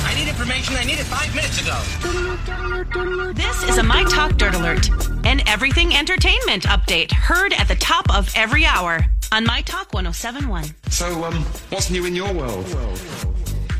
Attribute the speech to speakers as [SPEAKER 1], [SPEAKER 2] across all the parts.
[SPEAKER 1] I need information I needed five minutes ago.
[SPEAKER 2] This is a My Talk Dirt Alert, an everything entertainment update heard at the top of every hour on My Talk 1071.
[SPEAKER 1] So, um, what's new in your world?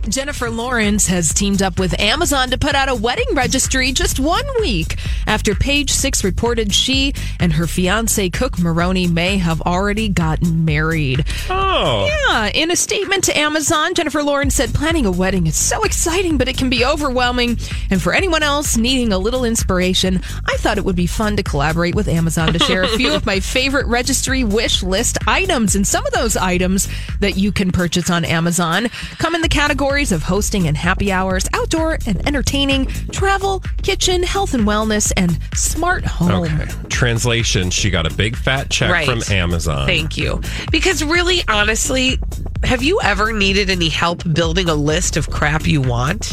[SPEAKER 3] Jennifer Lawrence has teamed up with Amazon to put out a wedding registry just one week after Page Six reported she and her fiance Cook Maroney may have already gotten married.
[SPEAKER 4] Oh.
[SPEAKER 3] Yeah, in a statement to Amazon, Jennifer Lawrence said, Planning a wedding is so exciting, but it can be overwhelming. And for anyone else needing a little inspiration, I thought it would be fun to collaborate with Amazon to share a few of my favorite registry wish list items. And some of those items that you can purchase on Amazon come in the categories of hosting and happy hours, outdoor and entertaining, travel, kitchen, health and wellness, and smart home.
[SPEAKER 4] Okay. Translation, she got a big fat check
[SPEAKER 5] Oh, Right.
[SPEAKER 4] from Amazon.
[SPEAKER 5] Thank you. Because really, honestly, have you ever needed any help building a list of crap you want?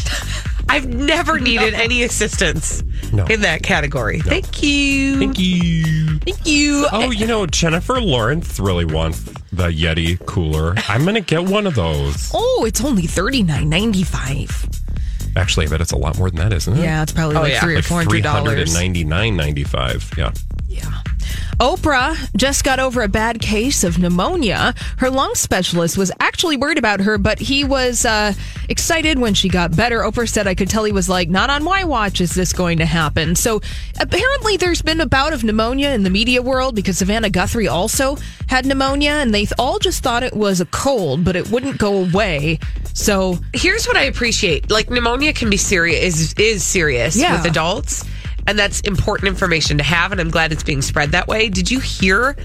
[SPEAKER 5] I've never needed any assistance
[SPEAKER 4] No.
[SPEAKER 5] in that category. Thank you.
[SPEAKER 4] Thank you.
[SPEAKER 3] Thank you.
[SPEAKER 4] Oh, you know, Jennifer Lawrence really wants the Yeti cooler. I'm going to get one of those.
[SPEAKER 3] Oh, it's only thirty nine ninety five.
[SPEAKER 4] Actually, I bet it's a lot more than that, isn't it?
[SPEAKER 3] Yeah, it's probably like
[SPEAKER 5] Mm-hmm. Oh, yeah.
[SPEAKER 3] three or
[SPEAKER 4] Like
[SPEAKER 3] four hundred dollars.
[SPEAKER 4] $399.95. Yeah.
[SPEAKER 3] Oprah just got over a bad case of pneumonia. Her lung specialist was actually worried about her, but he was uh, excited when she got better. Oprah said, "I could tell he was like, not on my watch is this going to happen." So apparently, there's been a bout of pneumonia in the media world because Savannah Guthrie also had pneumonia, and they all just thought it was a cold, but it wouldn't go away. So
[SPEAKER 5] Here's what I appreciate. Like pneumonia can be serious is is serious
[SPEAKER 3] Yeah.
[SPEAKER 5] with adults. And that's important information to have, and I'm glad it's being spread that way. Did you hear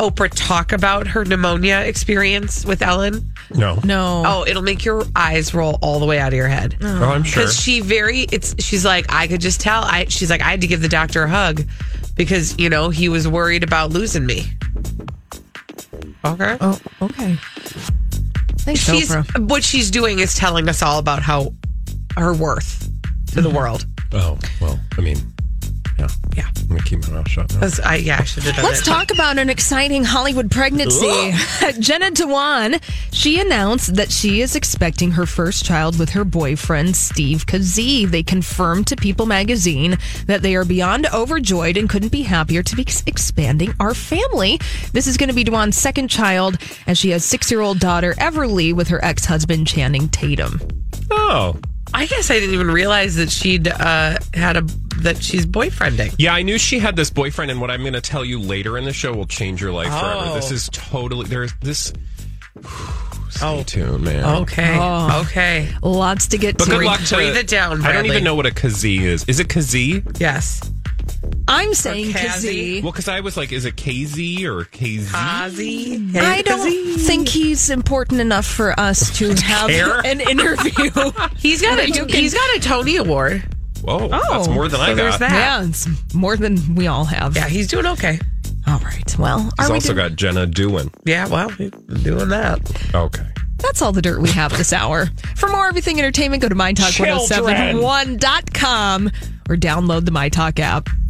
[SPEAKER 5] Oprah talk about her pneumonia experience with Ellen?
[SPEAKER 4] No.
[SPEAKER 3] no,
[SPEAKER 5] Oh, it'll make your eyes roll all the way out of your head.
[SPEAKER 4] Oh, I'm sure.
[SPEAKER 5] because she very it's she's like i could just tell i she's like i had to give the doctor a hug because you know he was worried about losing me okay
[SPEAKER 3] Oh, okay. Thanks,
[SPEAKER 5] she's
[SPEAKER 3] Oprah.
[SPEAKER 5] what she's doing is telling us all about how her worth to
[SPEAKER 3] Mm-hmm.
[SPEAKER 5] the world
[SPEAKER 4] oh, well, I mean, yeah.
[SPEAKER 5] Yeah.
[SPEAKER 4] I'm going to keep my mouth shut. now.
[SPEAKER 5] That's- I, yeah i should have done
[SPEAKER 3] Let's
[SPEAKER 5] it.
[SPEAKER 3] talk about an exciting Hollywood pregnancy. Jenna Dewan, she announced that she is expecting her first child with her boyfriend, Steve Kazee. They confirmed to People magazine that they are beyond overjoyed and couldn't be happier to be ex- expanding our family. This is going to be Dewan's second child, and she has six year old daughter, Everly, with her ex husband, Channing Tatum.
[SPEAKER 4] Oh.
[SPEAKER 5] i guess i didn't even realize that she'd uh had a that she's boyfriending
[SPEAKER 4] Yeah, I knew she had this boyfriend, and what I'm going to tell you later in the show will change your life
[SPEAKER 5] Oh.
[SPEAKER 4] forever. This is totally there's this. Stay tuned, man.
[SPEAKER 5] Oh. okay
[SPEAKER 3] Oh.
[SPEAKER 5] okay
[SPEAKER 3] Lots to get
[SPEAKER 4] But
[SPEAKER 3] to.
[SPEAKER 4] good luck to
[SPEAKER 5] breathe it down,
[SPEAKER 4] I don't
[SPEAKER 5] Bradley.
[SPEAKER 4] even know what a kazee is. Is it kazee?
[SPEAKER 5] yes
[SPEAKER 3] I'm saying
[SPEAKER 5] Kazee.
[SPEAKER 3] Kazee.
[SPEAKER 4] Well, because I was like, is it KZ or KZ?
[SPEAKER 5] Uh, ozzy
[SPEAKER 3] I don't think he's important enough for us to have
[SPEAKER 4] Care?
[SPEAKER 3] an interview.
[SPEAKER 5] he's got a
[SPEAKER 3] You can-
[SPEAKER 5] he's got a tony award
[SPEAKER 4] Whoa,
[SPEAKER 3] Oh,
[SPEAKER 4] that's more than I
[SPEAKER 5] so there's
[SPEAKER 4] got.
[SPEAKER 5] that.
[SPEAKER 3] yeah, it's more than we all have.
[SPEAKER 5] yeah he's doing okay
[SPEAKER 3] All right. Well,
[SPEAKER 4] He's
[SPEAKER 3] are we
[SPEAKER 4] also
[SPEAKER 3] doing-
[SPEAKER 4] got Jenna Dewan.
[SPEAKER 5] yeah well he's doing that
[SPEAKER 4] Okay.
[SPEAKER 3] that's all the dirt we have this hour. For more oh everything entertainment, go to mindtalk1071.com or download the MyTalk app.